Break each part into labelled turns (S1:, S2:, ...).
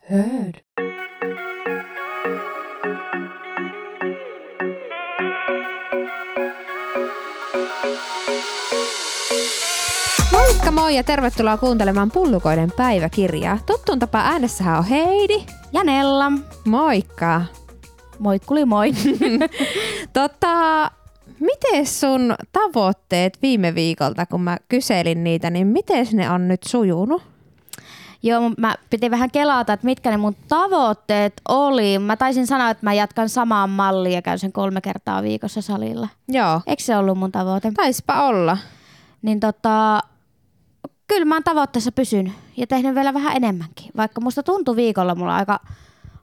S1: hörd. Moikka moi ja tervetuloa kuuntelemaan Pullukoiden päiväkirjaa. Tottuun tapa äänessähän on Heidi.
S2: Ja Nella.
S1: Moikka.
S2: Moikkuli moi.
S1: Tota, miten sun tavoitteet viime viikolta, kun mä kyselin niitä, niin miten ne on nyt sujunut?
S2: Joo, mun- mä piti vähän kelata, että mitkä ne mun tavoitteet oli. Mä taisin sanoa, että mä jatkan samaan malliin ja käyn sen kolme kertaa viikossa salilla.
S1: Joo.
S2: Eikö se ollut mun tavoite?
S1: Taispa olla.
S2: Niin tota, kyllä mä oon tavoitteessa pysynyt ja tehnyt vielä vähän enemmänkin. Vaikka musta tuntui viikolla, mulla on aika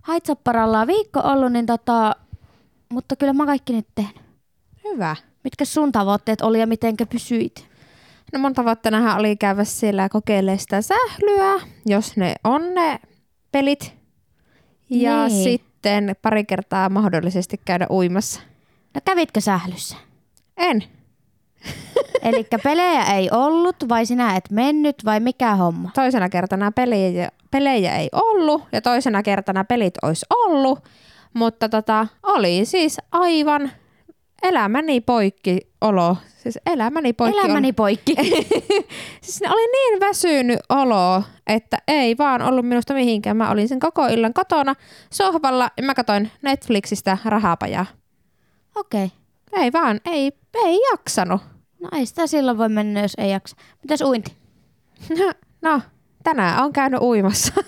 S2: haitsapparallaan viikko ollut, niin tota, mutta kyllä mä kaikki nyt tehnyt.
S1: Hyvä.
S2: Mitkä sun tavoitteet oli ja mitenkä pysyit?
S1: No mun tavoitteenahan oli käydä siellä kokeilemaan sitä sählyä, jos ne on ne pelit. Ja
S2: Niin.
S1: sitten pari kertaa mahdollisesti käydä uimassa.
S2: No kävitkö sählyssä?
S1: En.
S2: Eli pelejä ei ollut, vai sinä et mennyt, vai mikä homma?
S1: Toisena kertana pelejä, pelejä ei ollut ja toisena kertana pelit olisi ollut. Mutta tota, oli siis aivan elämäni poikki olo. Siis elämäni poikki olo.
S2: Elämäni poikki.
S1: Siis ne oli niin väsynyt olo, että ei vaan ollut minusta mihinkään. Mä olin sen koko illan kotona sohvalla ja mä katsoin Netflixistä rahapajaa.
S2: Okei. Okay.
S1: Ei vaan, ei, ei jaksanut.
S2: No ei sitä silloin voi mennä, jos ei jaksa. Mitäs uinti?
S1: No, tänään on käynyt uimassa.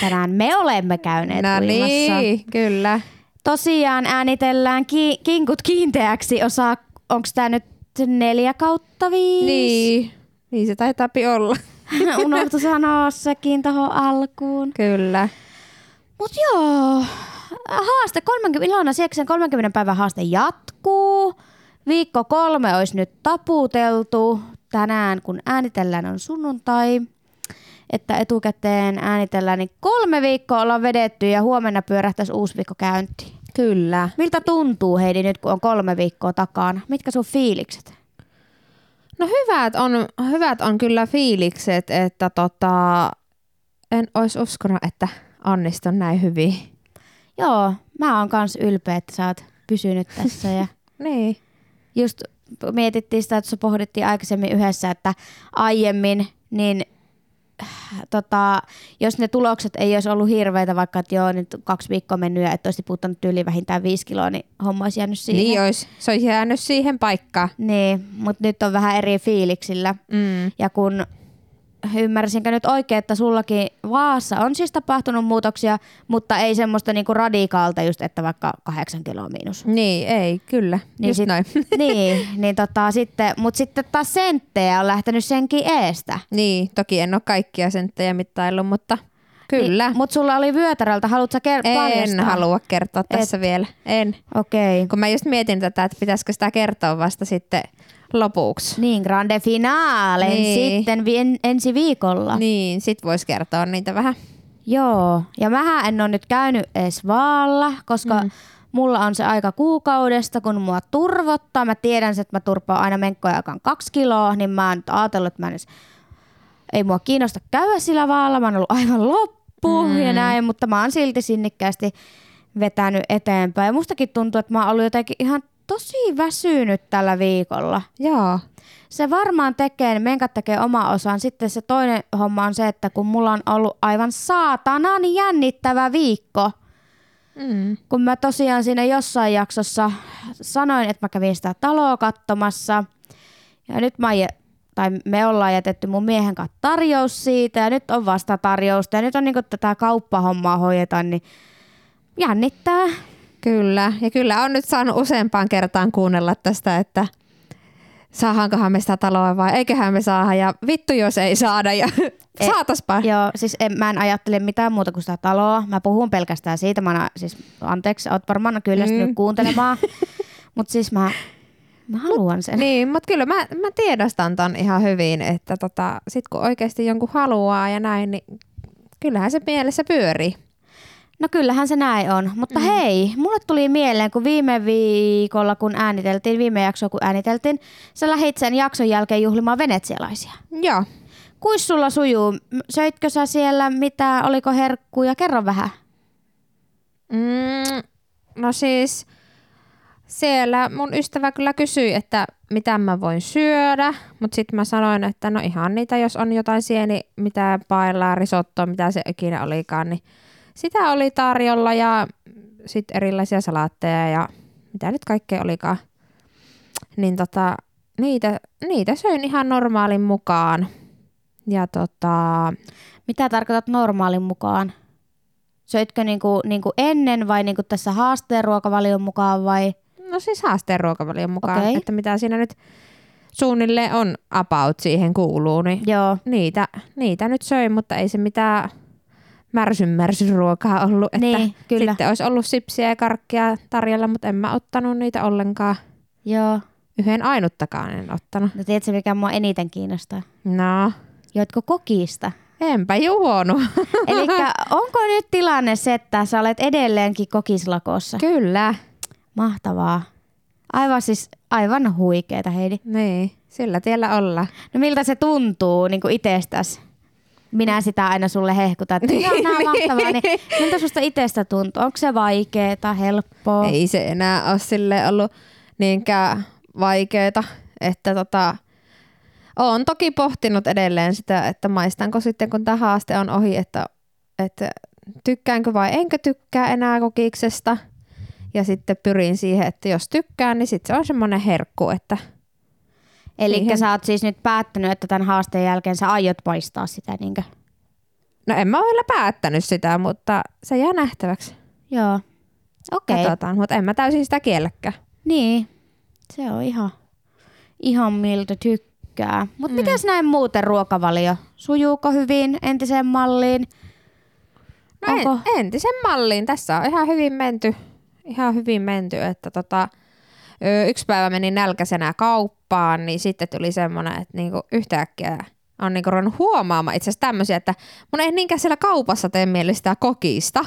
S2: Tänään me olemme käyneet
S1: no
S2: uimassa.
S1: niin, kyllä.
S2: Tosiaan äänitellään ki- kinkut kiinteäksi osaa, onko tämä nyt neljä kautta viisi?
S1: Niin, niin se taitaa olla. Niin.
S2: Unohtu sanoa sekin tuohon alkuun.
S1: Kyllä.
S2: Mut joo, haaste 30, Ilona Sieksen 30 päivän haaste jatkuu. Viikko kolme olisi nyt taputeltu. Tänään kun äänitellään on sunnuntai, että etukäteen äänitellään, niin kolme viikkoa ollaan vedetty ja huomenna pyörähtäisi uusi viikko käyntiin.
S1: Kyllä.
S2: Miltä tuntuu Heidi nyt, kun on kolme viikkoa takana? Mitkä sun fiilikset?
S1: No hyvät on, hyvät on kyllä fiilikset, että tota, en olisi uskonut, että onnistun näin hyvin.
S2: Joo, mä oon kans ylpeä, että sä oot pysynyt tässä ja
S1: Niin.
S2: just mietittiin sitä, että se pohdittiin aikaisemmin yhdessä, että aiemmin, niin äh, tota, jos ne tulokset ei olisi ollut hirveitä, vaikka että joo, nyt kaksi viikkoa mennyt ja et olisi tiputtanut yli vähintään viisi kiloa, niin homma olisi jäänyt siihen.
S1: Niin olisi. Se olisi jäänyt siihen paikkaan.
S2: niin mutta nyt on vähän eri fiiliksillä.
S1: Mm.
S2: Ja kun ymmärsinkö nyt oikein, että sullakin Vaassa on siis tapahtunut muutoksia, mutta ei semmoista niinku radikaalta just, että vaikka kahdeksan kiloa miinus.
S1: Niin, ei, kyllä. Niin
S2: Niin
S1: Just
S2: sit-
S1: näin.
S2: niin, niin tota, sitten, mutta sitten taas senttejä on lähtenyt senkin eestä.
S1: niin, toki en ole kaikkia senttejä mittaillut, mutta kyllä.
S2: Niin, mutta sulla oli vyötärältä, haluatko sä ker-
S1: en
S2: paljastaa?
S1: halua kertoa tässä vielä. En.
S2: Okei. Okay.
S1: Kun mä just mietin tätä, että pitäisikö sitä kertoa vasta sitten lopuksi.
S2: Niin, grande finale
S1: Niin.
S2: niin. sitten vi- ensi viikolla. Niin.
S1: Niin, sit voisi kertoa niitä vähän.
S2: Joo, ja mähän en ole nyt käynyt edes vaalla, koska mm. mulla on se aika kuukaudesta, kun mua turvottaa. Mä tiedän, se, että mä turpaan aina menkkoja aikaan kaksi kiloa, niin mä oon nyt ajatellut, että mä en edes, ei mua kiinnosta käydä sillä vaalla. Mä oon ollut aivan loppu mm. ja näin, mutta mä oon silti sinnikkäästi vetänyt eteenpäin. Ja mustakin tuntuu, että mä oon ollut jotenkin ihan tosi väsynyt tällä viikolla.
S1: Joo.
S2: Se varmaan tekee, niin menkät tekee oma osaan. Sitten se toinen homma on se, että kun mulla on ollut aivan saatanan jännittävä viikko,
S1: Mm.
S2: kun mä tosiaan siinä jossain jaksossa sanoin, että mä kävin sitä taloa katsomassa. Ja nyt mä oon jä- tai me ollaan jätetty mun miehen kanssa tarjous siitä ja nyt on vasta tarjousta ja nyt on niinku tätä kauppahommaa hoidetaan, niin jännittää.
S1: Kyllä. Ja kyllä on nyt saanut useampaan kertaan kuunnella tästä, että saahankohan me sitä taloa vai eiköhän me saada ja vittu jos ei saada ja
S2: E-
S1: saataspa.
S2: Joo, siis en, mä en ajattele mitään muuta kuin sitä taloa. Mä puhun pelkästään siitä. Mä oon, a- siis, anteeksi, oot varmaan kyllästynyt
S1: Mm.
S2: mm. kuuntelemaan. Mutta siis mä, mä haluan sen.
S1: Niin, mutta kyllä mä, mä tiedostan ton ihan hyvin, että tota, sit kun oikeasti jonkun haluaa ja näin, niin kyllähän se mielessä pyörii.
S2: No kyllähän se näin on. Mutta mm. hei, mulle tuli mieleen, kun viime viikolla, kun ääniteltiin, viime jaksoa kun ääniteltiin, sä lähit sen jakson jälkeen juhlimaan venetsialaisia.
S1: Joo.
S2: Kuis sulla sujuu? M- Söitkö sä siellä mitä, oliko herkkuja? Kerro vähän.
S1: Mm, no siis siellä mun ystävä kyllä kysyi, että mitä mä voin syödä, mutta sitten mä sanoin, että no ihan niitä, jos on jotain sieni, mitä paillaan, risottoa, mitä se ikinä olikaan, niin sitä oli tarjolla ja sitten erilaisia salaatteja ja mitä nyt kaikkea olikaan. Niin tota, niitä, niitä söin ihan normaalin mukaan. Ja tota,
S2: Mitä tarkoitat normaalin mukaan? Söitkö niinku, niinku ennen vai niinku tässä haasteen ruokavalion mukaan vai?
S1: No siis haasteen ruokavalion mukaan,
S2: Okei.
S1: okay. että mitä siinä nyt suunnilleen on about siihen kuuluu, niin
S2: Joo.
S1: niitä, niitä nyt söin, mutta ei se mitään märsyn märsyn ruokaa ollut. Että
S2: Niin, kyllä.
S1: Sitten olisi ollut sipsiä ja karkkia tarjolla, mutta en mä ottanut niitä ollenkaan.
S2: Joo.
S1: Yhden ainuttakaan en ottanut.
S2: No tiedätkö mikä mua eniten kiinnostaa?
S1: No,
S2: Joitko kokista?
S1: enpä juonut.
S2: Eli onko nyt tilanne se, että sä olet edelleenkin kokislakossa?
S1: Kyllä,
S2: Mahtavaa. Aivan siis aivan huikeeta Heidi.
S1: niin, sillä tiellä olla.
S2: No miltä se tuntuu niin kuin itsestäs? Minä sitä aina sulle hehkutan, että niin, on mahtavaa. Niin miltä susta itsestä tuntuu? Onko se vaikeeta, helppoa?
S1: Ei se enää ole sille ollut niinkään vaikeeta, että tota, olen toki pohtinut edelleen sitä, että maistanko sitten kun tämä haaste on ohi, että, että tykkäänkö vai enkö tykkää enää kokiksesta. Ja sitten pyrin siihen, että jos tykkään, niin sitten se on semmoinen herkku, että
S2: Eli
S1: siihen.
S2: sä oot siis nyt päättänyt, että tämän haasteen jälkeen sä aiot paistaa sitä. Niinkö?
S1: no en mä ole vielä päättänyt sitä, mutta se jää nähtäväksi.
S2: Joo. Okei. Okay.
S1: Katsotaan, mutta en mä täysin sitä kielläkään.
S2: Niin. Se on ihan, ihan miltä tykkää. Mutta mm. mitäs näin muuten ruokavalio? Sujuuko hyvin entiseen malliin?
S1: No en, entisen malliin. Tässä on ihan hyvin menty. Ihan hyvin menty, että tota, ö, yksi päivä menin nälkäisenä kauppaan, niin sitten tuli semmoinen, että niinku yhtäkkiä on niinku ruvennut huomaamaan itse asiassa tämmöisiä, että mun ei niinkään siellä kaupassa tee mieli sitä kokista,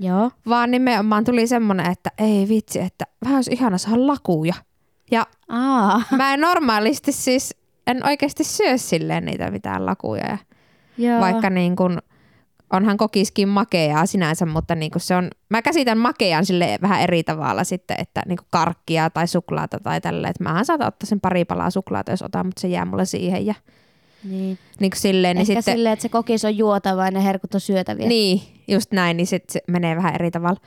S2: Joo.
S1: vaan nimenomaan tuli semmoinen, että ei vitsi, että vähän olisi ihana saada lakuja. Ja
S2: Aa,
S1: mä en normaalisti siis, en oikeasti syö silleen niitä mitään lakuja. Ja
S2: joo.
S1: vaikka niin kuin, onhan kokiskin makeaa sinänsä, mutta niin kuin se on, mä käsitän makean sille vähän eri tavalla sitten, että niin kuin karkkia tai suklaata tai tällä, että mähän saatan ottaa sen pari palaa suklaata, jos otan, mutta se jää mulle siihen ja
S2: Niin.
S1: niin kuin silleen,
S2: Ehkä
S1: niin sitten,
S2: silleen, että se kokis on juotava ja ne herkut on syötäviä.
S1: niin, just näin, niin sitten se menee vähän eri tavalla.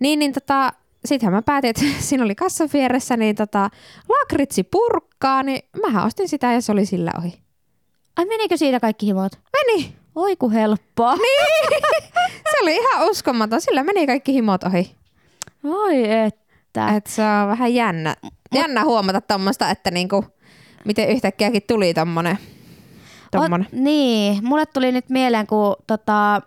S1: Niin, niin tota, sittenhän mä päätin, että siinä oli kassan vieressä, niin tota, lakritsi purkkaa, niin mähän ostin sitä ja se oli sillä ohi.
S2: Ai menikö siitä kaikki himot?
S1: Meni, Niin!
S2: Oi ku helppoa.
S1: se oli ihan uskomaton, sillä meni kaikki himot ohi.
S2: Oi että.
S1: Et se on vähän jännä, jännä huomata tuommoista, että niinku, miten yhtäkkiäkin tuli tommonen. tommonen.
S2: O, niin, mulle tuli nyt mieleen, kun tota,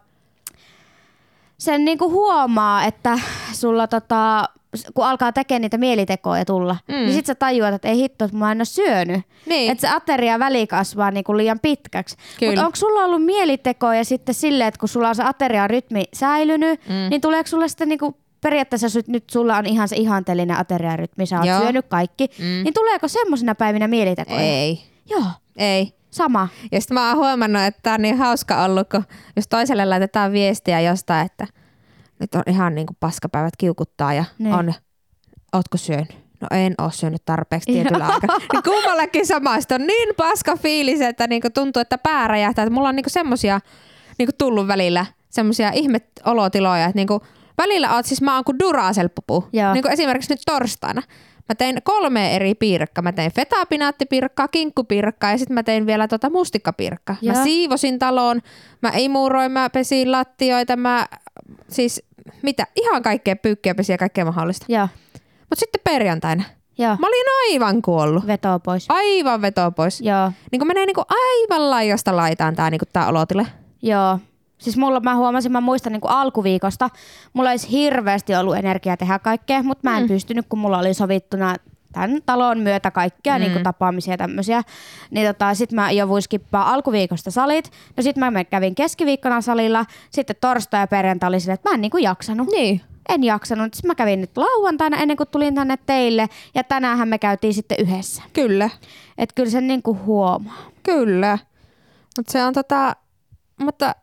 S2: sen niinku huomaa, että sulla tota, s- kun alkaa tekemään niitä mielitekoja tulla, mm. niin sit sä tajuat, että ei hitto, että mä en oo syönyt.
S1: Niin.
S2: Että se ateria väli kasvaa niinku liian pitkäksi.
S1: Kyllä.
S2: Mutta onko sulla ollut mielitekoja sitten silleen, että kun sulla on se aterian rytmi säilynyt, mm. niin tuleeko sulla sitten niinku periaatteessa sy- nyt sulla on ihan se ihanteellinen ateriarytmi, sä oot
S1: Joo.
S2: syönyt kaikki, mm. niin tuleeko semmoisena päivinä mielitekoja?
S1: Ei,
S2: Joo,
S1: ei.
S2: sama.
S1: Ja sitten mä oon huomannut, että tää on niin hauska ollut, kun jos toiselle laitetaan viestiä jostain, että nyt on ihan niinku paskapäivät kiukuttaa ja
S2: Niin.
S1: niin. on, ootko syönyt? No en oo syönyt tarpeeksi tietyllä aikaa. Niin kummallakin sama. Sitten on niin paska fiilis, että niinku tuntuu, että pää räjähtää. Että mulla on niinku semmosia niinku tullut välillä semmosia ihmeolotiloja, että niinku välillä oot siis mä oon kuin duraselppupu.
S2: Joo.
S1: Niinku esimerkiksi nyt torstaina. Mä tein kolme eri piirakkaa. Mä tein fetaapinaattipiirakkaa, kinkkupiirakkaa ja sitten mä tein vielä tota mustikkapiirakkaa.
S2: Joo.
S1: Mä siivosin taloon, mä imuroin, mä pesin lattioita, mä siis mitä, ihan kaikkea pyykkiä pesiä ja kaikkea mahdollista.
S2: Joo,
S1: Mutta sitten perjantaina
S2: joo.
S1: mä olin aivan kuollut.
S2: Veto pois.
S1: Aivan veto pois.
S2: Joo,
S1: Niin kun menee niin kun aivan laidasta laitaan tämä niin tää olotila.
S2: joo. Siis mulla, mä huomasin, mä muistan niin alkuviikosta, mulla olisi hirveästi ollut energiaa tehdä kaikkea, mutta mä en mm. pystynyt, kun mulla oli sovittuna tämän talon myötä kaikkea, mm. niin tapaamisia ja tämmöisiä. Niin tota, sit mä jouduin skippaa alkuviikosta salit, no sit mä kävin keskiviikkona salilla, sitten torstai ja perjantai oli silleen, että mä en niinku jaksanut.
S1: Niin.
S2: En jaksanut. Sitten mä kävin nyt lauantaina ennen kuin tulin tänne teille ja tänäänhän me käytiin sitten yhdessä.
S1: Kyllä.
S2: Että kyllä sen niinku huomaa.
S1: Kyllä. Mutta se on tota, mutta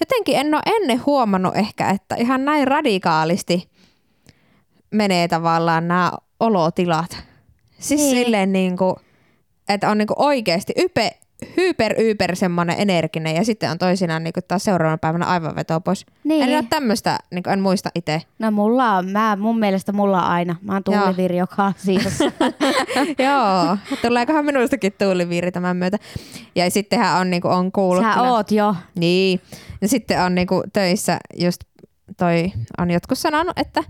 S1: jotenkin en ole ennen huomannut ehkä, että ihan näin radikaalisti menee tavallaan nämä olotilat. Siis
S2: Niin.
S1: silleen niin kuin, että on niin kuin oikeasti ype, hyper, hyper semmoinen energinen ja sitten on toisinaan niin kuin taas seuraavana päivänä aivan veto pois.
S2: Niin.
S1: Niin. En ole tämmöistä, niin en muista itse.
S2: No mulla on, mä, mun mielestä mulla on aina. Mä oon
S1: Joo.
S2: tuuliviri joka siis- asiassa.
S1: Joo, tuleekohan minustakin tuuliviiri tämän myötä. Ja sittenhän on, niin kuin on kuullut.
S2: Sä
S1: kyllä-
S2: oot jo.
S1: Niin. Ja sitten on niinku töissä just toi, on jotkut sanonut, että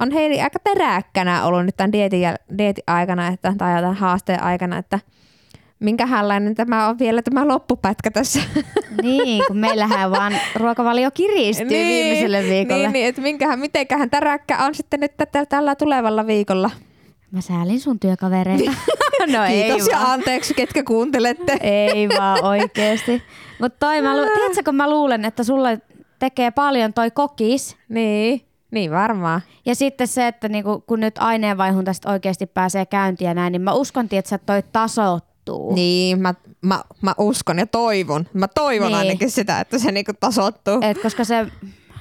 S1: on heili aika teräkkänä ollut nyt tämän dietin, jäl- dietin aikana että, tai tämän haasteen aikana, että minkähänlainen tämä on vielä tämä loppupätkä tässä.
S2: Niin, kun meillähän vaan ruokavalio kiristyy viimeiselle viikolle.
S1: Niin, niin että minkähän, mitenkähän täräkkä on sitten nyt tätä, tällä tulevalla viikolla.
S2: Mä säälin sun työkavereita. no
S1: Kiitos ja
S2: vaan.
S1: anteeksi, ketkä kuuntelette.
S2: Ei vaan oikeesti. Mutta toi mä, lu- tiedätkö, kun mä luulen, että sulle tekee paljon toi kokis.
S1: Niin, niin varmaan.
S2: Ja sitten se, että niinku, kun nyt aineenvaihunta sit oikeasti pääsee käyntiin ja näin, niin mä uskon, tietysti, että toi tasoittuu.
S1: Niin, mä, mä, mä uskon ja toivon. Mä toivon
S2: Niin.
S1: niin. ainakin sitä, että se niinku tasoittuu.
S2: Et koska se,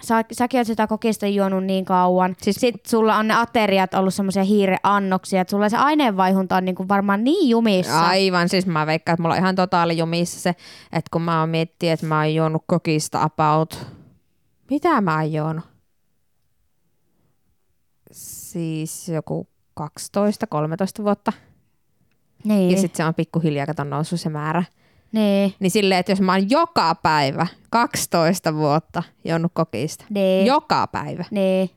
S2: sä, säkin oot sitä kokista juonut niin kauan. Siis, Sitten sulla on ne ateriat ollut semmoisia hiireannoksia, että sulla se aineenvaihunta on niinku varmaan niin jumissa.
S1: Aivan, siis mä veikkaan, että mulla on ihan totaali jumissa se, että kun mä oon miettinyt, että mä oon juonut kokista about... Mitä mä oon juonut? Siis joku 12-13 vuotta.
S2: Niin,
S1: Ja sitten se on pikkuhiljaa kato noussut se määrä.
S2: niin,
S1: Niin silleen, että jos mä oon joka päivä 12 vuotta juonut kokista.
S2: niin,
S1: Joka päivä.
S2: niin.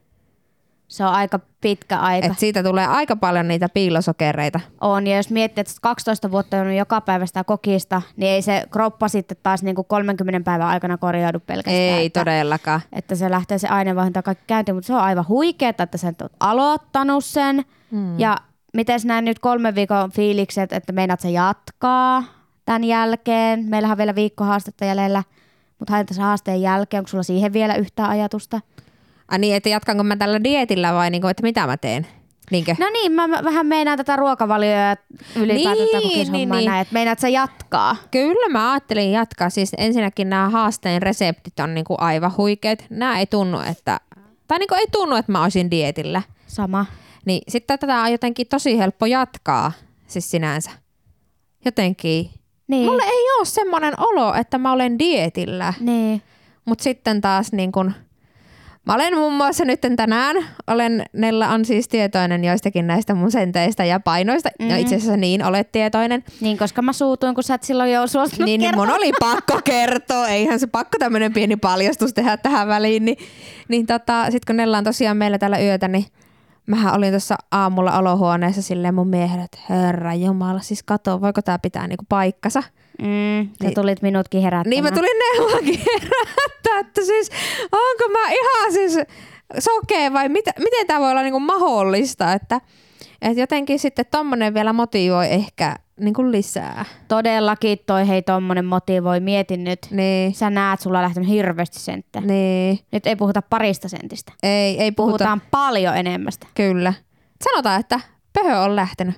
S2: Se on aika pitkä aika.
S1: Et siitä tulee aika paljon niitä piilosokereita.
S2: On, ja jos miettii, että sä oot 12 vuotta on joka päivä sitä kokista, niin ei se kroppa sitten taas niin kuin 30 päivän aikana korjaudu pelkästään.
S1: Ei
S2: että,
S1: todellakaan.
S2: että se lähtee se aineenvaihunta kaikki käyntiin, mutta se on aivan huikeeta, että sä nyt oot aloittanut sen. Mm. Ja miten näin nyt kolmen viikon fiilikset, että meinaat sä jatkaa tämän jälkeen? Meillähän on vielä viikko haastetta jäljellä, mutta haet sen haasteen jälkeen, onko sulla siihen vielä yhtään ajatusta?
S1: Ai niin, että jatkanko mä tällä dietillä vai niinku, että mitä mä teen? Niinkö?
S2: No niin, mä mä vähän meinaan tätä ruokavalioa ja ylipäätään
S1: Niin,
S2: tätä kokishommaa
S1: niin,
S2: näin,
S1: niin.
S2: että meinaat sä jatkaa?
S1: Kyllä mä ajattelin jatkaa. Siis ensinnäkin nämä haasteen reseptit on niinku aivan huikeet. Nämä ei tunnu, että... Tai niinku ei tunnu, että mä olisin dietillä.
S2: Sama.
S1: Niin sitten tätä on jotenkin tosi helppo jatkaa. Siis sinänsä. Jotenkin.
S2: Niin.
S1: Mulle ei ole semmoinen olo, että mä olen dietillä.
S2: Niin.
S1: Mutta sitten taas niin kun, mä olen muun muassa nyt tänään, olen, Nella on siis tietoinen joistakin näistä mun senteistä ja painoista. Mm. Ja itse asiassa niin olet tietoinen.
S2: niin, koska mä suutuin, kun sä et silloin jo suostunut
S1: niin, niin
S2: kertomaan.
S1: mun oli pakko kertoa, eihän se pakko tämmöinen pieni paljastus tehdä tähän väliin. Niin, niin tota, sit kun Nella on tosiaan meillä täällä yötä, niin mähän olin tuossa aamulla olohuoneessa silleen mun miehelle, että herra jumala, siis kato, voiko tämä pitää niinku paikkansa.
S2: Mm, sä tulit minutkin herättämään.
S1: Niin mä tulin neuvokin herättää, että siis onko mä ihan siis sokea vai mitä, miten tämä voi olla niinku mahdollista, että et jotenkin sitten tommonen vielä motivoi ehkä niinku lisää.
S2: Todellakin toi hei tommonen motivoi, mietin nyt.
S1: Niin,
S2: Sä näet, sulla on lähtenyt hirveästi senttä.
S1: niin.
S2: Nyt ei puhuta parista sentistä.
S1: Ei, ei puhuta.
S2: Puhutaan paljon enemmästä.
S1: Kyllä. Sanotaan, että pöhö on lähtenyt.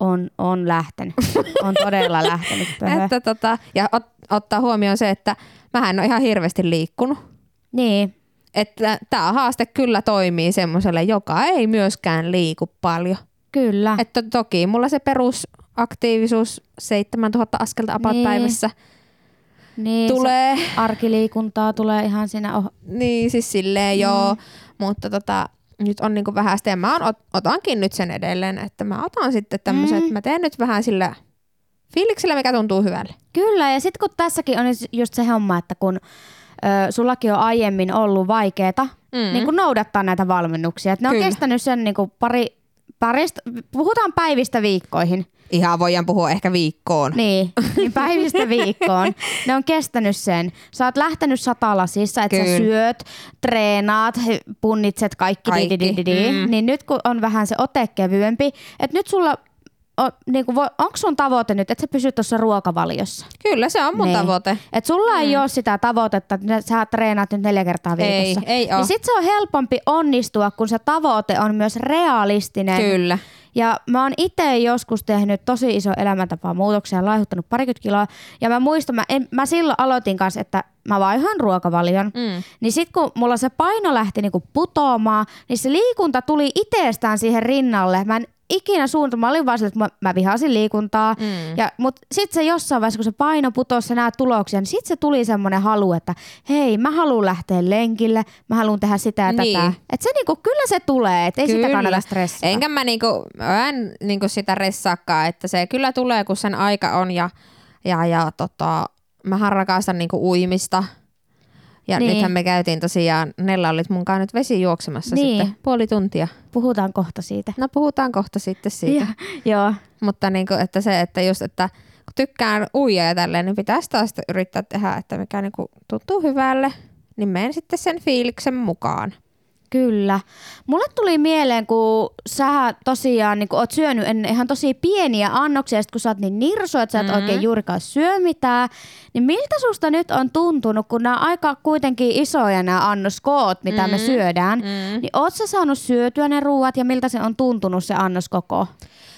S2: On, on lähtenyt. On todella lähtenyt. pöhö.
S1: Että tota, ja ot, ottaa huomioon se, että mä en ole ihan hirveästi liikkunut.
S2: Niin.
S1: Että tämä haaste kyllä toimii semmoiselle, joka ei myöskään liiku paljon.
S2: Kyllä.
S1: Että to, toki mulla se perusaktiivisuus 7000 askelta about
S2: Niin.
S1: päivässä
S2: niin,
S1: tulee.
S2: Se arkiliikuntaa tulee ihan siinä. Oh.
S1: Niin siis
S2: Mm.
S1: silleen joo, mutta tota, nyt on niinku vähäistä ja mä on, ot- otankin nyt sen edelleen, että mä otan sitten tämmöisen,
S2: Mm.
S1: että mä teen nyt vähän sillä fiiliksellä, mikä tuntuu hyvälle.
S2: Kyllä, ja sitten kun tässäkin on just se homma, että kun ö, sullakin on aiemmin ollut vaikeeta, mm. niin kuin noudattaa näitä valmennuksia. Et ne Kyllä.
S1: Kyllä.
S2: on kestänyt sen niin kuin pari, parista, puhutaan päivistä viikkoihin.
S1: Ihan voidaan puhua ehkä viikkoon.
S2: Niin, niin päivistä viikkoon. Ne on kestänyt sen. Sä oot lähtenyt satalasissa, että sä
S1: Kyllä.
S2: syöt, treenaat, he- punnitset kaikki.
S1: Kaikki,
S2: kaikki. Mm.
S1: mm.
S2: Niin nyt kun on vähän se ote kevyempi, että nyt sulla o, niinku, voi, onko sun tavoite nyt, että sä pysyt tuossa ruokavaliossa?
S1: Kyllä se on mun
S2: Niin.
S1: tavoite.
S2: Et sulla mm. ei ole sitä tavoitetta, että nä- sä treenaat nyt neljä kertaa
S1: Ei,
S2: viikossa.
S1: ei oo.
S2: Niin sit se on helpompi onnistua, kun se tavoite on myös realistinen.
S1: Kyllä.
S2: Ja mä oon itse joskus tehnyt tosi iso elämäntapa muutoksia, laihuttanut parikymmentä kiloa. Ja mä muistan, mä, en, mä silloin aloitin kanssa, että mä vaihan ruokavalion.
S1: Mm.
S2: Niin sit kun mulla se paino lähti niinku putoamaan, niin se liikunta tuli itsestään siihen rinnalle. Mä en ikinä suunta, mä olin vaan sillä, että mä, mä vihasin liikuntaa.
S1: Mm.
S2: Ja, mut sit se jossain vaiheessa, kun se paino putosi ja nää tuloksia, niin sit se tuli semmonen halu, että hei, mä haluan lähteä lenkille, mä haluan tehdä sitä ja
S1: Niin.
S2: tätä. Et se niinku, kyllä se tulee, et ei sitä kannata stressata.
S1: Enkä mä, niinku, mä en niinku sitä ressaakaan, että se kyllä tulee, kun sen aika on ja, ja, ja tota, mähän rakastan niinku uimista. Ja
S2: Niin.
S1: niin. nythän me käytiin tosiaan, Nella olit munkaan nyt vesi juoksemassa
S2: Niin.
S1: sitten puoli tuntia.
S2: Puhutaan kohta siitä.
S1: No puhutaan kohta sitten siitä.
S2: Ja, joo.
S1: Mutta niinku, että se, että just, että kun tykkään uija ja tälleen, niin pitäisi taas sitten yrittää tehdä, että mikä niinku tuntuu hyvälle, niin menen sitten sen fiiliksen mukaan.
S2: Kyllä. Mulle tuli mieleen, kun sä tosiaan niin kun oot syönyt ennen ihan tosi pieniä annoksia, ja sit kun sä oot niin nirso, että sä et
S1: Mhm.
S2: oikein juurikaan syö mitään, niin miltä susta nyt on tuntunut, kun nämä aika kuitenkin isoja nämä annoskoot, mitä me
S1: Mhm.
S2: syödään,
S1: Mm.
S2: niin oot sä saanut syötyä ne ruuat ja miltä se on tuntunut se annoskoko?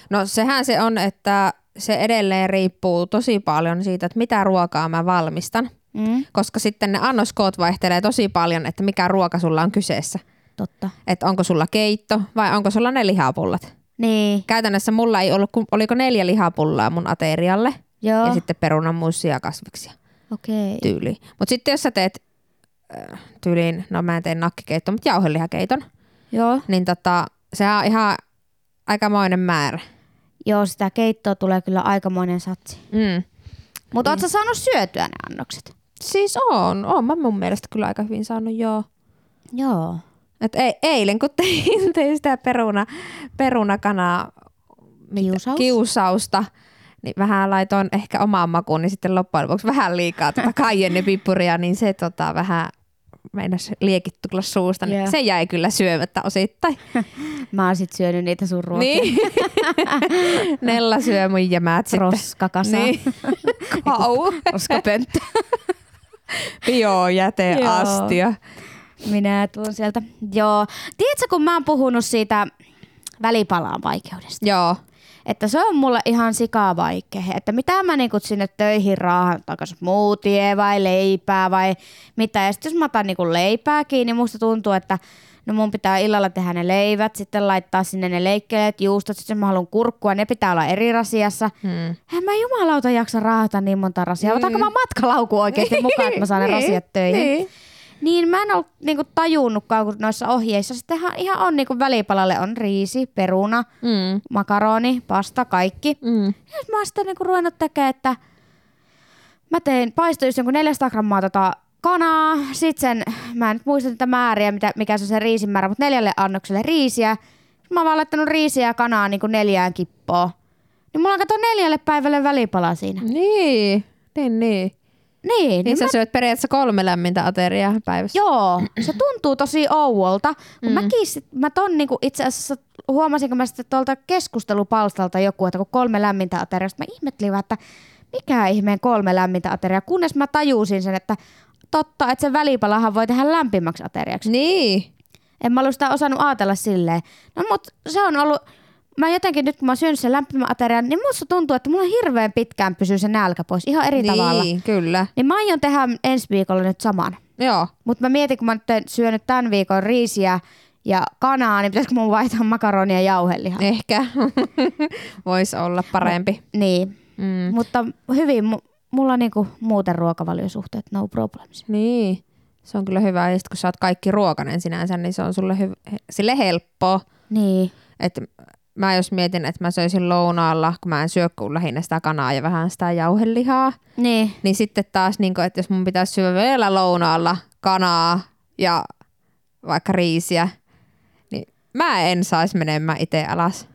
S1: No sehän se on, että se edelleen riippuu tosi paljon siitä, että mitä ruokaa mä valmistan.
S2: Mm?
S1: Koska sitten ne annoskoot vaihtelee tosi paljon, että mikä ruoka sulla on kyseessä.
S2: Totta.
S1: Että onko sulla keitto vai onko sulla ne lihapullat.
S2: Niin,
S1: Käytännössä mulla ei ollut, kun oliko neljä lihapullaa mun aterialle
S2: joo.
S1: oh. ja sitten perunanmuusia ja kasviksia
S2: Okei. Okay.
S1: tyyliin. Mutta sitten jos sä teet äh, tyyliin, no mä en tee nakkikeiton, mutta jauhelihakeiton,
S2: Joo.
S1: niin tota, sehän on ihan aikamoinen määrä.
S2: joo, sitä keittoa tulee kyllä aikamoinen satsi.
S1: Mm.
S2: Mutta oot sä saanut syötyä ne annokset?
S1: Siis on, on mä mun mielestä kyllä aika hyvin saanut joo.
S2: Joo.
S1: Et ei, eilen kun tein, tein sitä peruna, perunakanaa mitä-
S2: Kiusaus?
S1: kiusausta, niin vähän laitoin ehkä omaan makuun, niin sitten loppujen lopuksi vähän liikaa tota kaijennepippuria, niin se tota vähän meinas liekit tulla suusta, niin
S2: Joo.
S1: se jäi kyllä syömättä osittain.
S2: Mä oon sit syönyt niitä sun ruokia.
S1: Niin. Nella syö mun jämät sitten.
S2: Roskakasa.
S1: Niin. Kau.
S2: Roskapönttö. Joo.
S1: Biojäteastia.
S2: Minä tuon sieltä. Joo. Tiedätkö, kun mä oon puhunut siitä välipalaan vaikeudesta.
S1: Joo.
S2: Että se on mulle ihan sikaa vaikea. Että mitä mä niinku sinne töihin raahan, onko smoothie vai leipää vai mitä. Ja sitten jos mä otan niinku leipää kiinni, musta tuntuu, että no mun pitää illalla tehdä ne leivät, sitten laittaa sinne ne leikkeleet, juustot, sitten jos mä haluan kurkkua, ne pitää olla eri rasiassa.
S1: Hmm.
S2: En mä jumalauta jaksa raahata niin monta rasiaa. Otanko mä matkalaukku oikeasti mukaan, että mä saan ne
S1: Niin,
S2: rasiat töihin?
S1: Niin.
S2: Niin mä en ole niinku tajunnutkaan, kun noissa ohjeissa sittenhän ihan on niinku välipalalle on riisi, peruna,
S1: Mm.
S2: makaroni, pasta, kaikki.
S1: Mm.
S2: Nyt mä oon sitten niinku ruvennut tekemään, että mä tein paistoin jonkun 400 grammaa tota kanaa, sit sen, mä en nyt muista niitä määriä, mitä, mikä se on se riisin määrä, mutta neljälle annokselle riisiä. Mä oon vaan laittanut riisiä ja kanaa niinku neljään kippoon. Niin mulla on kato neljälle päivälle välipala siinä.
S1: Niin, niin, niin.
S2: Niin,
S1: Niin
S2: Mm. niin
S1: sä
S2: mä,
S1: syöt periaatteessa kolme lämmintä ateriaa päivässä.
S2: joo, se tuntuu tosi ouolta. Kun mm. mäkin sit, mä ton niinku itse asiassa huomasin, kun mä sitten tuolta keskustelupalstalta joku, että kun kolme lämmintä ateriaa, sit mä ihmettelin vaan, että mikä ihmeen kolme lämmintä ateriaa, kunnes mä tajusin sen, että totta, että se välipalahan voi tehdä lämpimäksi ateriaksi.
S1: Niin.
S2: En mä ollut sitä osannut ajatella silleen. No mut se on ollut, mä jotenkin nyt kun mä oon syönyt sen lämpimän aterian, niin musta tuntuu, että mulla hirveän pitkään pysyy se nälkä pois ihan eri
S1: niin,
S2: tavalla.
S1: kyllä.
S2: Niin mä aion tehdä ensi viikolla nyt saman.
S1: Joo.
S2: Mutta mä mietin, kun mä nyt en syönyt tämän viikon riisiä ja kanaa, niin pitäisikö mun vaihtaa makaronia ja jauhelihaa?
S1: Ehkä. Voisi olla parempi.
S2: Niin.
S1: Mm.
S2: Mm. Mutta hyvin, mu- mulla niinku muuten ruokavaliosuhteet, no problems.
S1: Niin. Se on kyllä hyvä. Ja sit kun sä oot kaikki ruokanen sinänsä, niin se on sulle hyv- he- sille helppoa.
S2: Niin,
S1: Et mä jos mietin, että mä söisin lounaalla, kun mä en syö kuin lähinnä sitä kanaa ja vähän sitä jauhelihaa,
S2: niin,
S1: niin sitten taas, niin kun, että jos mun pitäisi syödä vielä lounaalla kanaa ja vaikka riisiä, niin mä en saisi menemään itse alas.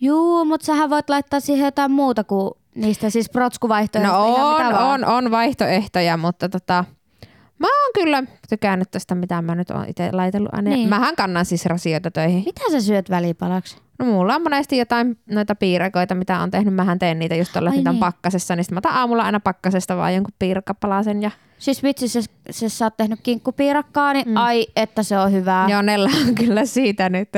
S2: juu, mutta sähän voit laittaa siihen jotain muuta kuin niistä siis protskuvaihtoehtoja.
S1: No
S2: ihan
S1: on,
S2: mitä
S1: on,
S2: vaan.
S1: on vaihtoehtoja, mutta tota, mä oon kyllä tykännyt tästä, mitä mä nyt oon itse laitellut ääneen.
S2: Niin.
S1: Niin. Mähän kannan siis rasioita töihin.
S2: Mitä sä syöt välipalaksi?
S1: No mulla on monesti jotain noita piirakoita, mitä on tehnyt. Mähän teen niitä just tuolla,
S2: Ai
S1: että niitä on
S2: niin.
S1: pakkasessa. Niin sit mä otan aamulla aina pakkasesta vaan jonkun piirakkapalasen. Ja,
S2: Siis vitsi, se, se sä oot tehnyt kinkkupiirakkaa, niin mm. ai, että se on hyvää.
S1: ja Nella on kyllä siitä nyt.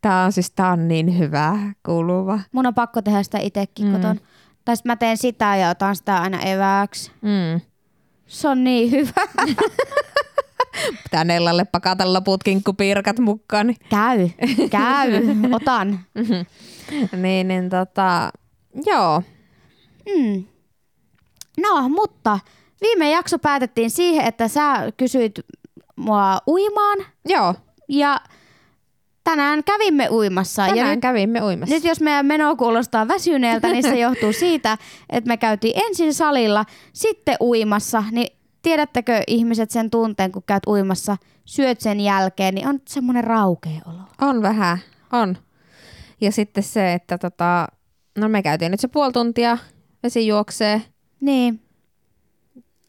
S1: Tää on siis tää on niin hyvä kuuluva.
S2: Mun on pakko tehdä sitä itsekin mm. koton. Tai sit mä teen sitä ja otan sitä aina evääksi.
S1: Mm.
S2: Se on niin hyvä.
S1: Pitää Nellalle pakata loput kinkkupiirakat mukaan. Niin,
S2: Käy, käy, otan.
S1: niin, niin tota, joo.
S2: Mm. No, mutta viime jakso päätettiin siihen, että sä kysyit mua uimaan
S1: Joo,
S2: ja tänään kävimme uimassa.
S1: tänään
S2: ja
S1: nyt, kävimme uimassa.
S2: Nyt jos meidän meno kuulostaa väsyneeltä, niin se johtuu siitä, että me käytiin ensin salilla, sitten uimassa. Niin tiedättekö ihmiset sen tunteen, kun käyt uimassa, syöt sen jälkeen, niin on semmoinen raukea olo.
S1: On vähän, on. Ja sitten se, että tota, no me käytiin nyt se puoli tuntia vesi juoksee.
S2: Niin.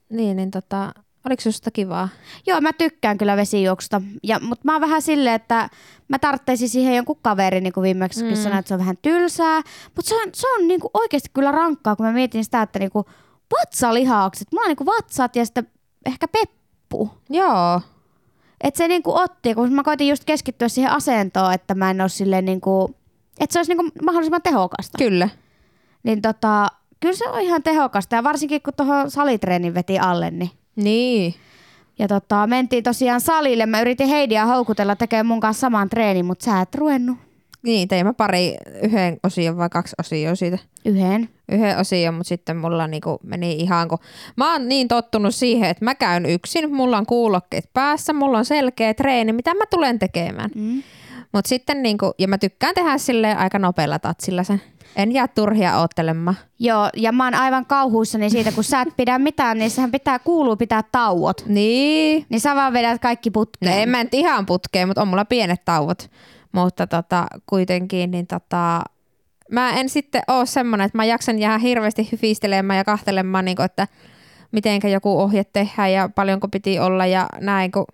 S1: Niin, niin tota, oliko susta kivaa?
S2: Joo, mä tykkään kyllä vesijuoksusta, ja, mutta mä oon vähän silleen, että mä tarttaisin siihen jonkun kaverin, niin kuin viimeksi mm. sanoin, että se on vähän tylsää. Mutta se on, se on niin kuin oikeasti kyllä rankkaa, kun mä mietin sitä, että niin kuin vatsalihakset, mulla on niin kuin vatsat ja sitten ehkä peppu.
S1: Joo.
S2: Et se niinku otti, kun mä koitin just keskittyä siihen asentoon, että mä en ole silleen niinku, että se olisi niinku mahdollisimman tehokasta.
S1: Kyllä.
S2: Niin tota, kyllä se on ihan tehokasta ja varsinkin kun tuohon salitreenin veti alle, niin
S1: Niin.
S2: ja tota, mentiin tosiaan salille. Mä yritin Heidiä houkutella tekemään mun kanssa saman treenin, mutta sä et ruvennut
S1: Niin, teimme pari, yhden osion vai kaksi osioa siitä.
S2: yhden.
S1: Yhden osion, mutta sitten mulla niinku meni ihan kun... Mä oon niin tottunut siihen, että mä käyn yksin, mulla on kuulokkeet päässä, mulla on selkeä treeni, mitä mä tulen tekemään.
S2: Mm.
S1: Mutta sitten niinku, ja mä tykkään tehdä sille aika nopealla tatsilla sen. En jää turhia oottelemaan.
S2: Joo, ja mä oon aivan kauhuissani siitä, kun sä et pidä mitään, niin sehän pitää, kuuluu pitää tauot.
S1: Niin.
S2: Niin sä vaan vedät kaikki
S1: No
S2: putkeen.
S1: en mä nyt ihan putkeen, mutta on mulla pienet tauot. Mutta tota, kuitenkin, niin tota, mä en sitten ole semmoinen, että mä jaksan jäädä hirveästi hyfistelemään ja kahtelemaan, niin kuin, että mitenkä joku ohje tehdään ja paljonko piti olla ja näin, kun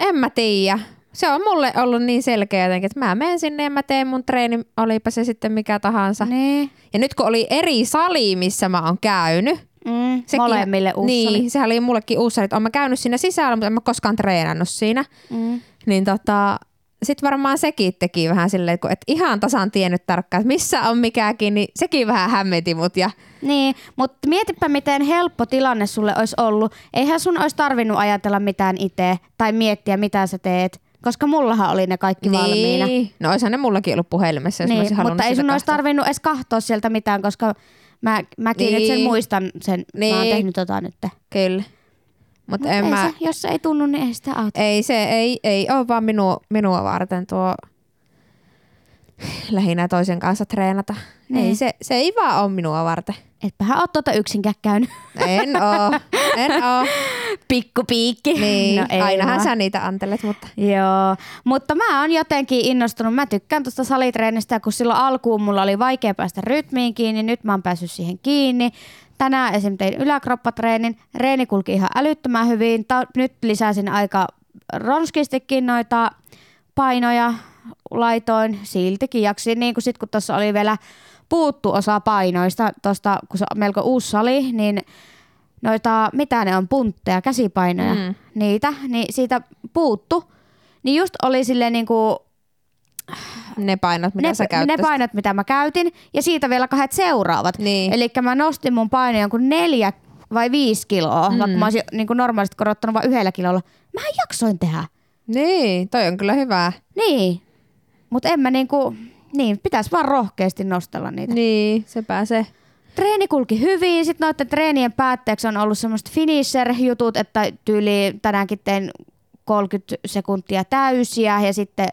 S1: en mä tiedä. Se on mulle ollut niin selkeä jotenkin, että mä menen sinne ja mä teen mun treeni, olipa se sitten mikä tahansa.
S2: Niin.
S1: Ja nyt kun oli eri sali, missä mä oon käynyt,
S2: Mm, molemmille uusi sali.
S1: Niin, sehän oli mullekin uusi sali, että oon mä käynyt siinä sisällä, mutta en mä koskaan treenannut siinä.
S2: Mm.
S1: Niin tota, sitten varmaan sekin teki vähän silleen, kun et ihan tasan tiennyt tarkkaan, että missä on mikäkin, niin sekin vähän hämmeti mut. Ja,
S2: Niin, mutta mietipä miten helppo tilanne sulle olisi ollut. Eihän sun olisi tarvinnut ajatella mitään itse tai miettiä mitä sä teet, koska mullahan oli ne kaikki valmiina.
S1: No oishan ne mullakin ollut puhelimessa, jos niin, mä olisin
S2: Niin,
S1: halunnut
S2: mutta ei
S1: sitä
S2: sun olisi
S1: katsoa.
S2: tarvinnut edes kahtoa sieltä mitään, koska mä, mäkin niin. nyt sen
S1: Niin.
S2: muistan sen. Niin. Mä oon
S1: Niin.
S2: tehnyt tota nyt.
S1: Kyllä. Mutta en
S2: ei
S1: mä,
S2: se, jos se ei tunnu, niin ei sitä auta.
S1: ei se, ei, ei ole vaan minua, minua varten tuo lähinnä toisen kanssa treenata.
S2: Niin.
S1: Ei se, se ei vaan ole minua varten.
S2: Etpähän oot tota yksinkään käynyt.
S1: En oo, en oo.
S2: Pikku piikki.
S1: Niin,
S2: no, ei
S1: ainahan
S2: vaan.
S1: sä niitä antelet, mutta
S2: Joo, mutta mä oon jotenkin innostunut. Mä tykkään tuosta salitreenistä, kun silloin alkuun mulla oli vaikea päästä rytmiin kiinni, nyt mä oon päässyt siihen kiinni. Tänään esim. tein yläkroppatreenin, reeni kulki ihan älyttömän hyvin. Ta- nyt lisäsin aika ronskistikin noita painoja laitoin, siltikin jaksin. Niin kuin sit kun tuossa oli vielä puuttu osa painoista, tosta, kun se on melko uusi sali, niin noita, mitä ne on, puntteja, käsipainoja, mm. niitä, niin siitä puuttu. Niin just oli silleen niinku
S1: ne painot, mitä
S2: ne,
S1: sä käytät.
S2: ne painot, mitä mä käytin, ja siitä vielä kahdet seuraavat.
S1: Niin.
S2: Eli mä nostin mun painoja jonkun neljä vai viisi kiloa, mm. vaikka mä olisin niinku normaalisti korottanut vain yhdellä kilolla. Mä jaksoin tehdä.
S1: Niin, toi on kyllä hyvää.
S2: Niin. Mutta en mä niinku, niin, pitäisi vaan rohkeasti nostella niitä.
S1: Niin, se pääsee.
S2: Treeni kulki hyvin, sitten noiden treenien päätteeksi on ollut semmoiset finisher-jutut, että tyyli tänäänkin tein 30 sekuntia täysiä ja sitten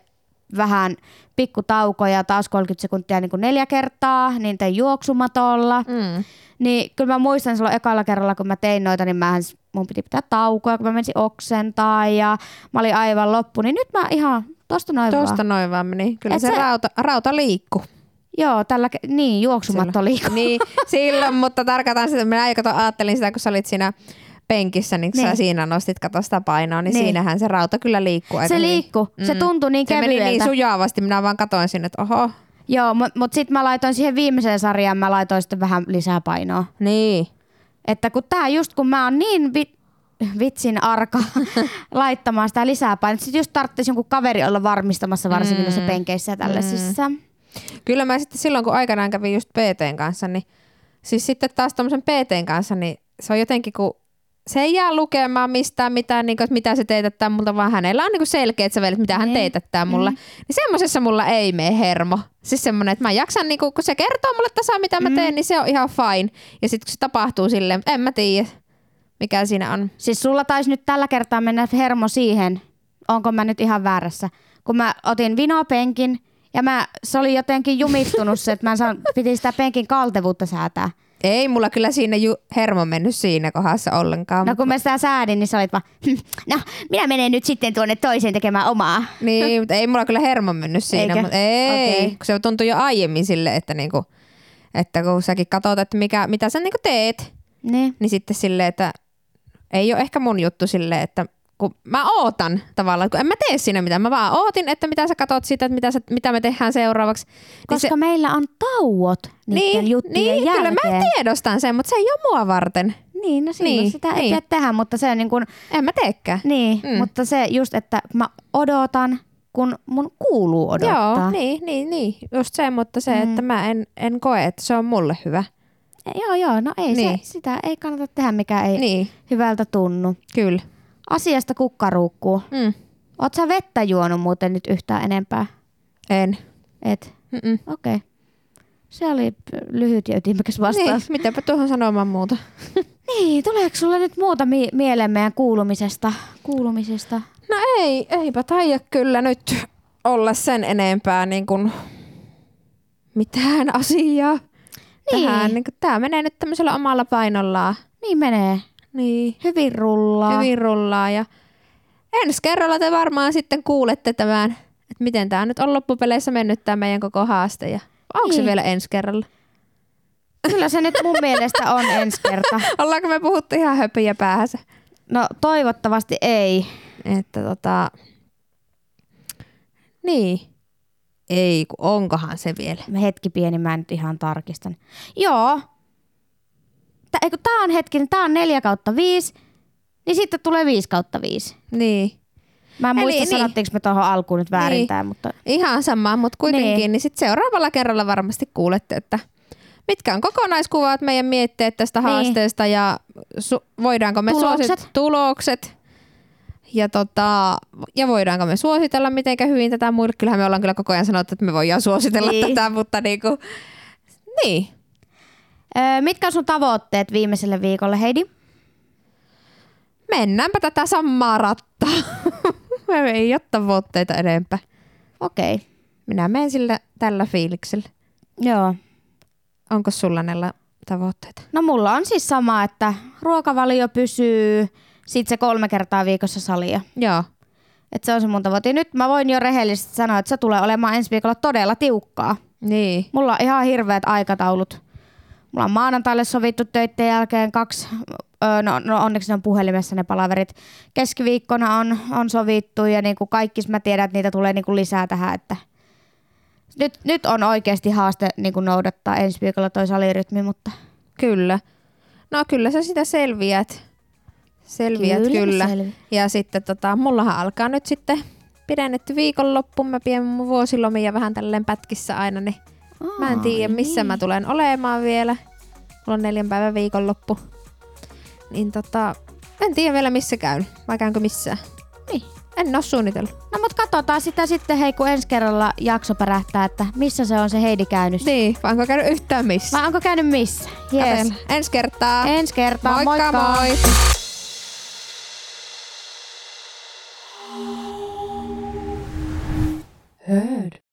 S2: vähän pikkutaukoja, taas 30 sekuntia niin kuin neljä kertaa, niin tein juoksumatolla.
S1: Mm.
S2: Niin kyllä mä muistan silloin ekalla kerralla, kun mä tein noita, niin mähän, s- mun piti pitää taukoja, kun mä menisin oksentaa ja mä olin aivan loppu. Niin nyt mä ihan tosta noin vaan.
S1: Tuosta noin vaan meni. Kyllä
S2: Et
S1: Et se,
S2: sä-
S1: se rauta, rauta liikku.
S2: Joo, tällä, ke- niin juoksumatto liikkuu.
S1: Niin, silloin, mutta tarkoitan sitä. Minä aika to- ajattelin sitä, kun sä olit siinä penkissä, niin kun sä
S2: Niin.
S1: siinä nostit kato sitä painoa, niin,
S2: Niin.
S1: siinähän se rauta kyllä liikkuu. eikö
S2: Se
S1: niin?
S2: liikkuu. Se tuntui niin
S1: Se meni
S2: kevyeltä.
S1: niin sujaavasti, minä vaan katoin sinne, että oho,
S2: Joo, mutta mut sitten mä laitoin siihen viimeiseen sarjaan, mä laitoin sitten vähän lisää painoa.
S1: niin.
S2: Että kun tää just kun mä oon niin vi- vitsin arka laittamaan sitä lisää painoa, sit just tarvitsisi jonkun kaveri olla varmistamassa varsinkin mm. noissa penkeissä ja tällaisissa. Mm.
S1: Kyllä mä sitten silloin, kun aikanaan kävin just PTn kanssa, niin siis sitten taas tuommoisen PTn kanssa, niin se on jotenkin kuin se ei jää lukemaan mistään mitään, niin kuin, että mitä se teetättää multa, vaan hänellä on niin kuin selkeät sävelet, mitä hän
S2: Niin.
S1: teetättää mulle. Niin semmoisessa mulla ei mene hermo. Siis semmoinen, että mä jaksan, niin kuin, kun se kertoo mulle tasan, mitä
S2: Mm.
S1: mä teen, niin se on ihan fine. Ja sitten kun se tapahtuu silleen, en mä tiedä, mikä siinä on.
S2: Siis sulla taisi nyt tällä kertaa mennä hermo siihen, onko mä nyt ihan väärässä. Kun mä otin vinopenkin ja mä, se oli jotenkin jumittunut se, että mä en saan, piti sitä penkin kaltevuutta säätää.
S1: Ei mulla kyllä siinä ju- hermo mennyt siinä kohdassa ollenkaan.
S2: No kun mä sitä säädin, niin sä olit vaan, "Hm, no minä menen nyt sitten tuonne toiseen tekemään omaa.
S1: Niin, mutta ei mulla kyllä hermo mennyt siinä.
S2: Eikä?
S1: Mutta ei,
S2: Okei.
S1: okay. kun se tuntui jo aiemmin sille, että, niinku, että kun säkin katsot, että mikä, mitä sä niinku teet,
S2: Niin.
S1: niin sitten sille, että ei ole ehkä mun juttu sille, että kun mä ootan tavallaan, kun en mä tee siinä mitään, mä vaan ootin, että mitä sä katot siitä, että mitä, sä, mitä me tehdään seuraavaksi. Niin
S2: Koska
S1: se,
S2: se... meillä on tauot niiden
S1: niin,
S2: juttujen
S1: niin
S2: jälkeen.
S1: kyllä mä tiedostan sen, mutta se ei ole mua varten.
S2: Niin, no silloin
S1: Niin,
S2: niin, sitä ei
S1: niin.
S2: niin. pidä tehdä, mutta se on niin kuin,
S1: En mä teekään.
S2: niin,
S1: Mm.
S2: mm. mutta se just, että mä odotan, kun mun kuuluu odottaa.
S1: Joo, niin, niin, niin, just se, mutta se, mm. että mä en, en koe, että se on mulle hyvä.
S2: E- Joo, joo, no ei
S1: Niin.
S2: niin. se, sitä ei kannata tehdä, mikä ei niin.
S1: Niin,
S2: hyvältä tunnu.
S1: kyllä.
S2: Asiasta kukkaruukkuu.
S1: Mm.
S2: Oot sä vettä juonut muuten nyt yhtään enempää?
S1: En.
S2: Et,
S1: Mm-mm.
S2: okei. Okay. Se oli p- lyhyt ja ytimekäs
S1: Niin,
S2: vastaus.
S1: mitäpä tuohon sanomaan muuta.
S2: Niin, niin tuleeko sulla nyt muuta mi- mieleen meidän kuulumisesta? kuulumisesta?
S1: No ei, eipä taida kyllä nyt olla sen enempää niin kuin mitään asiaa niin. tähän. Niin kuin, tää menee nyt tämmöisellä omalla painollaan.
S2: Niin menee.
S1: Niin,
S2: Hyvin rullaa.
S1: hyvin rullaa. Ja ensi kerralla te varmaan sitten kuulette tämän, että miten tämä nyt on loppupeleissä mennyt tämä meidän koko haaste. Ja onko se
S2: Niin.
S1: vielä ensi kerralla?
S2: Kyllä se nyt mun mielestä on ensi kerta.
S1: Ollaanko me puhuttu ihan höpöjä päähänsä?
S2: No toivottavasti ei.
S1: Että tota... Niin. Ei, kun onkohan se vielä.
S2: Hetki pieni, mä nyt ihan tarkistan. Joo. Tää, eiku, tää on hetkinen, tää on 4 kautta 5, niin sitten tulee 5 kautta 5.
S1: Niin.
S2: Mä en
S1: Eli
S2: muista,
S1: niin.
S2: niin. sanottiinko me tuohon alkuun nyt väärintään, niin. mutta
S1: Ihan sama, mutta kuitenkin. Niin,
S2: Niin.
S1: niin sitten seuraavalla kerralla varmasti kuulette, että mitkä on kokonaiskuvat meidän mietteet tästä
S2: Niin.
S1: haasteesta ja su- voidaanko me
S2: Tulokset.
S1: suosit- tulokset. Ja, tota, ja voidaanko me suositella mitenkä hyvin tätä muille. Kyllähän me ollaan kyllä koko ajan sanottu, että me voidaan suositella niin.
S2: Niin.
S1: tätä, mutta niinku, niin.
S2: öö, mitkä on sun tavoitteet viimeiselle viikolle, Heidi?
S1: Mennäänpä tätä samaa rattaa. me ei ole tavoitteita enempää.
S2: Okei. Okay.
S1: Minä menen sillä tällä fiiliksellä.
S2: Joo.
S1: Onko sulla näillä tavoitteita?
S2: No mulla on siis sama, että ruokavalio pysyy, sit se kolme kertaa viikossa salia.
S1: Joo.
S2: Et se on se mun tavoite. Ja Nyt mä voin jo rehellisesti sanoa, että se tulee olemaan ensi viikolla todella tiukkaa.
S1: Niin.
S2: Mulla on ihan hirveät aikataulut. Mulla on maanantaille sovittu töiden jälkeen kaksi, öö, no, no onneksi ne on puhelimessa ne palaverit. Keskiviikkona on, on sovittu ja niinku kaikki mä tiedän, että niitä tulee niinku lisää tähän. Että nyt, nyt on oikeasti haaste niinku noudattaa ensi viikolla toi salirytmi, mutta
S1: Kyllä. No kyllä sä sitä selviät. Selviät kyllä.
S2: Kyllä
S1: kyllä.
S2: mä selviän.
S1: Ja sitten tota, mullahan alkaa nyt sitten pidennetty viikonloppu. Mä pidän mun vuosilomia vähän tälleen pätkissä aina, niin mä en tiedä missä mä tulen olemaan vielä. Mulla on neljän päivän viikonloppu. Niin tota, en tiedä vielä missä käyn, vai käynkö missään.
S2: Niin.
S1: En oo suunnitellut.
S2: No mut katsotaan sitä sitten, hei kun ensi kerralla jakso pärähtää, että missä se on se Heidi käynyt.
S1: Niin, vai onko käynyt yhtään missään?
S2: Vai onko käynyt missä? Yes.
S1: Katsellaan. Ensi kertaa.
S2: Ensi kertaa, moikka!
S1: moi!
S3: Heard.